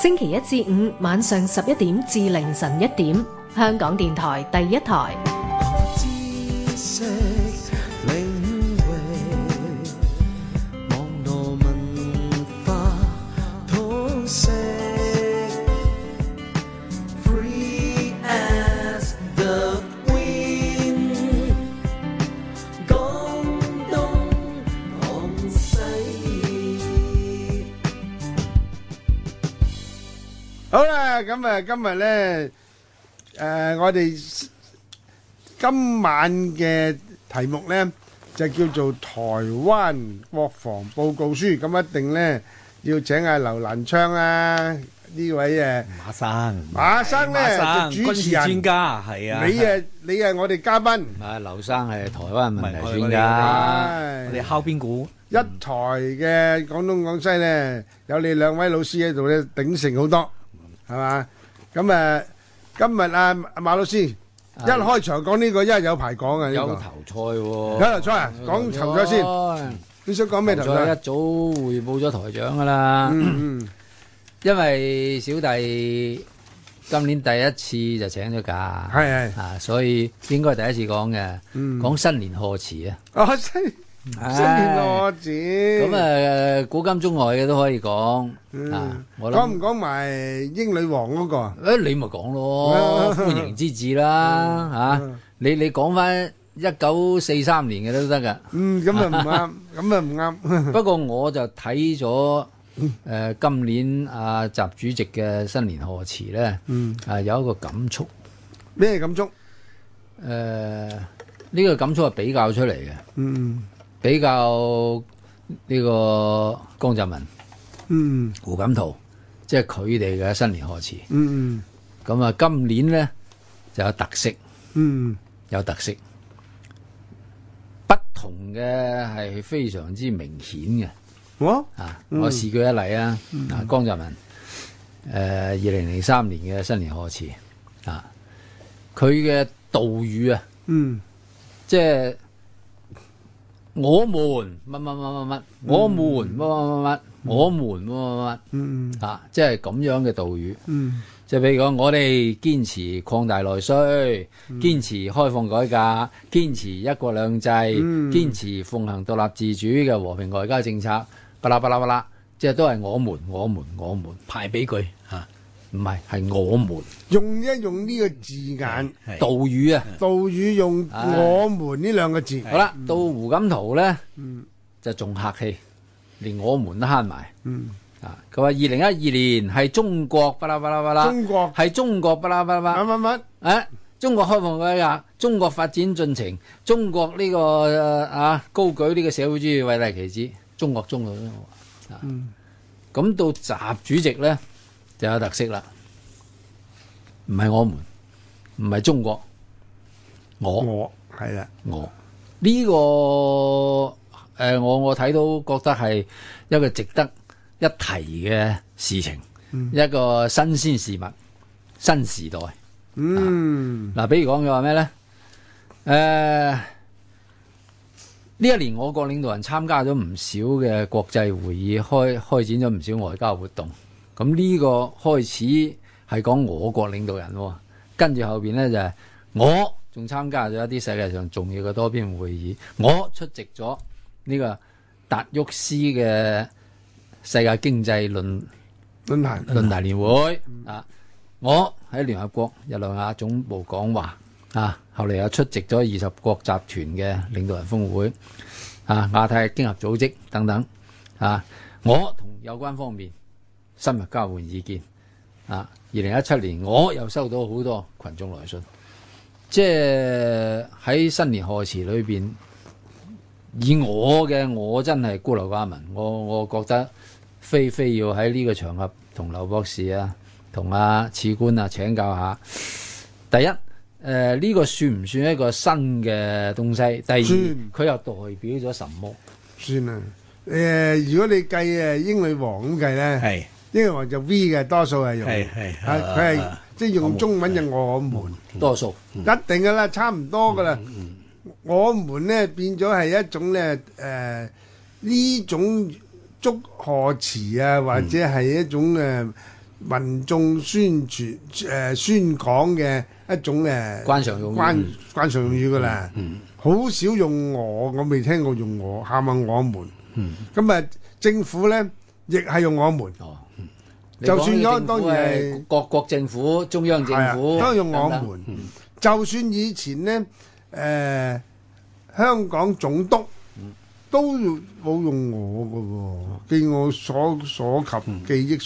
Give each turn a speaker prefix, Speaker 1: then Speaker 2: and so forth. Speaker 1: 星期一至五晚上十一點至凌晨一點，香港電台第一台。
Speaker 2: 知識領域，網絡文化通識，free as the wind，廣東廣西。
Speaker 3: 好啦，咁啊，今日咧，誒、我哋今晚嘅題目咧就叫做台灣國防報告書，咁一定咧要請阿劉蘭昌啊呢位誒
Speaker 4: 馬生，
Speaker 3: 馬生咧
Speaker 4: 馬
Speaker 3: 就主持
Speaker 4: 軍事專
Speaker 3: 人，
Speaker 4: 家係啊，
Speaker 3: 你啊你係我哋嘉賓，
Speaker 5: 啊，劉生係台灣
Speaker 4: 唔
Speaker 5: 問
Speaker 4: 係
Speaker 5: 題專家，
Speaker 3: 唉
Speaker 4: 我哋敲邊鼓，
Speaker 3: 一台嘅廣東廣西咧，有你兩位老師喺度咧，鼎盛好多，係嘛？咁誒、呃今日啊馬老師一開場講呢、個，因為有排講啊呢、
Speaker 5: 有
Speaker 3: 個。
Speaker 5: 頭菜喎。
Speaker 3: 有頭菜啊，講頭菜先，
Speaker 5: 先，
Speaker 3: 你想講咩頭
Speaker 5: 頭菜一
Speaker 3: 菜？
Speaker 5: 早匯報咗台長噶啦，
Speaker 3: 嗯嗯，
Speaker 5: 因為小弟今年第一次就請咗假，
Speaker 3: 係係，
Speaker 5: 啊，所以應該係第一次講嘅，
Speaker 3: 嗯
Speaker 5: 講新年賀詞啊。
Speaker 3: 哦新新年我字，
Speaker 5: 咁
Speaker 3: 咁，
Speaker 5: 啊，古今中外嘅都可以講啊
Speaker 3: 嗯，。
Speaker 5: 我
Speaker 3: 講唔
Speaker 5: 諗，
Speaker 3: 講埋英女王嗰個啊？
Speaker 5: 誒你咪 講咯，歡迎之至
Speaker 3: 嗯
Speaker 5: 啦嚇。你你講翻一九四三年嘅都得 㗎。
Speaker 3: 嗯，咁啊唔啱，咁啊唔啱，
Speaker 5: 不過我就睇咗誒今年阿、習主席嘅新年賀詞咧，
Speaker 3: 嗯，
Speaker 5: 啊有一個感觸，誒、
Speaker 3: 咩感觸？
Speaker 5: 呢、個感觸係比較出嚟嘅，
Speaker 3: 嗯
Speaker 5: 比較呢個江澤民、
Speaker 3: 嗯
Speaker 5: 胡錦濤，即係佢哋嘅新年賀詞。
Speaker 3: 嗯嗯
Speaker 5: 咁啊，今年咧就有特色，
Speaker 3: 嗯
Speaker 5: 有特色，不同嘅係非常之明顯嘅。
Speaker 3: 嗯，我
Speaker 5: 啊，我試舉一例啊，啊江澤民，誒二零零三年嘅新年賀詞啊，佢嘅道語啊，
Speaker 3: 嗯。
Speaker 5: 即係我們乜乜乜乜乜，我們乜乜乜乜，我們乜乜
Speaker 3: 嗯
Speaker 5: 乜啊，即係咁樣嘅道語。
Speaker 3: 嗯
Speaker 5: 即係譬如講，我哋堅持擴大內需，
Speaker 3: 嗯
Speaker 5: 堅持開放改革，堅持一國兩制，
Speaker 3: 嗯
Speaker 5: 堅持奉行獨立自主嘅和平外交政策，巴拉巴拉巴拉，即係都係我們、我們、我們排比句嚇，唔係係我們
Speaker 3: 用一用呢個字眼，
Speaker 4: 係
Speaker 5: 道語啊。
Speaker 3: 道語用
Speaker 5: 唉
Speaker 3: 我們呢兩個字，
Speaker 5: 好啦，到胡錦濤呢，
Speaker 3: 嗯
Speaker 5: 就仲客氣，連我們都慳埋
Speaker 3: 嗯，
Speaker 5: 啊！佢話二零一二年係中國巴拉巴拉巴拉，
Speaker 3: 中國啊
Speaker 5: 係中國巴拉巴拉巴拉
Speaker 3: 乜。乜乜，
Speaker 5: 诶、啊中國開放改革，中國發展進程，中國呢、個个呃啊高舉呢個社會主義偉大旗帜，中國中國中國啊
Speaker 3: 嗯
Speaker 5: 咁到習主席咧就有特色啦，唔係我們，唔係中國，我
Speaker 3: 我係啦，
Speaker 5: 我呢、個诶、呃我我睇到覺得係一個值得一提嘅事情，一個新鮮事物，新時代。
Speaker 3: 嗯
Speaker 5: 嗱，比如講佢話咩咧？誒、呃呢一年我國領導人參加咗唔少嘅國際會議，開開展咗唔少外交活動。咁呢個開始係講我國領導人喎，跟住後邊咧就係、我仲參加咗一啲世界上重要嘅多邊會議，我出席咗呢個達沃斯嘅世界經濟論
Speaker 3: 論壇，
Speaker 5: 論壇年會啊，我喺聯合國日內亞總部講話啊，後嚟又出席咗二十國集團嘅領導人峰會啊、亞太經合組織等等啊，我同有關方面深入交換意見啊。二零一七年我又收到好多群眾來信，即係喺新年賀詞裏邊，以我嘅我真係孤陋寡聞，我我覺得。非非要喺呢個場合同劉博士啊、同阿次官啊請教下。第一，誒、呢、個算唔算一個新嘅東西？第
Speaker 3: 算
Speaker 5: 二，佢又代表咗什麼？
Speaker 3: 算啦。誒，如果你計誒英女王咁計咧，
Speaker 4: 係
Speaker 3: 英女王就 V 嘅，多數係用，
Speaker 4: 係
Speaker 3: 啊
Speaker 4: 係
Speaker 3: 佢係即係用中文就我們，
Speaker 5: 多數
Speaker 3: 一定噶啦，差唔多噶啦。
Speaker 5: 嗯
Speaker 3: 我們咧變咗係一種呃咧誒
Speaker 5: 嗯
Speaker 3: 呢種祝賀詞啊，或者係一種誒民眾宣傳誒、宣講嘅一種誒
Speaker 5: 關常用語嗯
Speaker 3: 關關常用語噶啦，好、少用我，我未聽過用我，喊下我們。
Speaker 5: 嗯
Speaker 3: 咁啊、政府咧亦係用我們，
Speaker 5: 哦，
Speaker 3: 就算
Speaker 5: 你講
Speaker 3: 咗當
Speaker 5: 呢個政
Speaker 3: 然
Speaker 5: 府係
Speaker 3: 係
Speaker 5: 各國政府、中央政
Speaker 3: 係啊，
Speaker 5: 府，
Speaker 3: 都係用我
Speaker 5: 等等
Speaker 3: 們。就算以前咧誒、香港總督
Speaker 5: 嗯哦嗯
Speaker 3: 都冇用我噶喎，據我所所及記憶。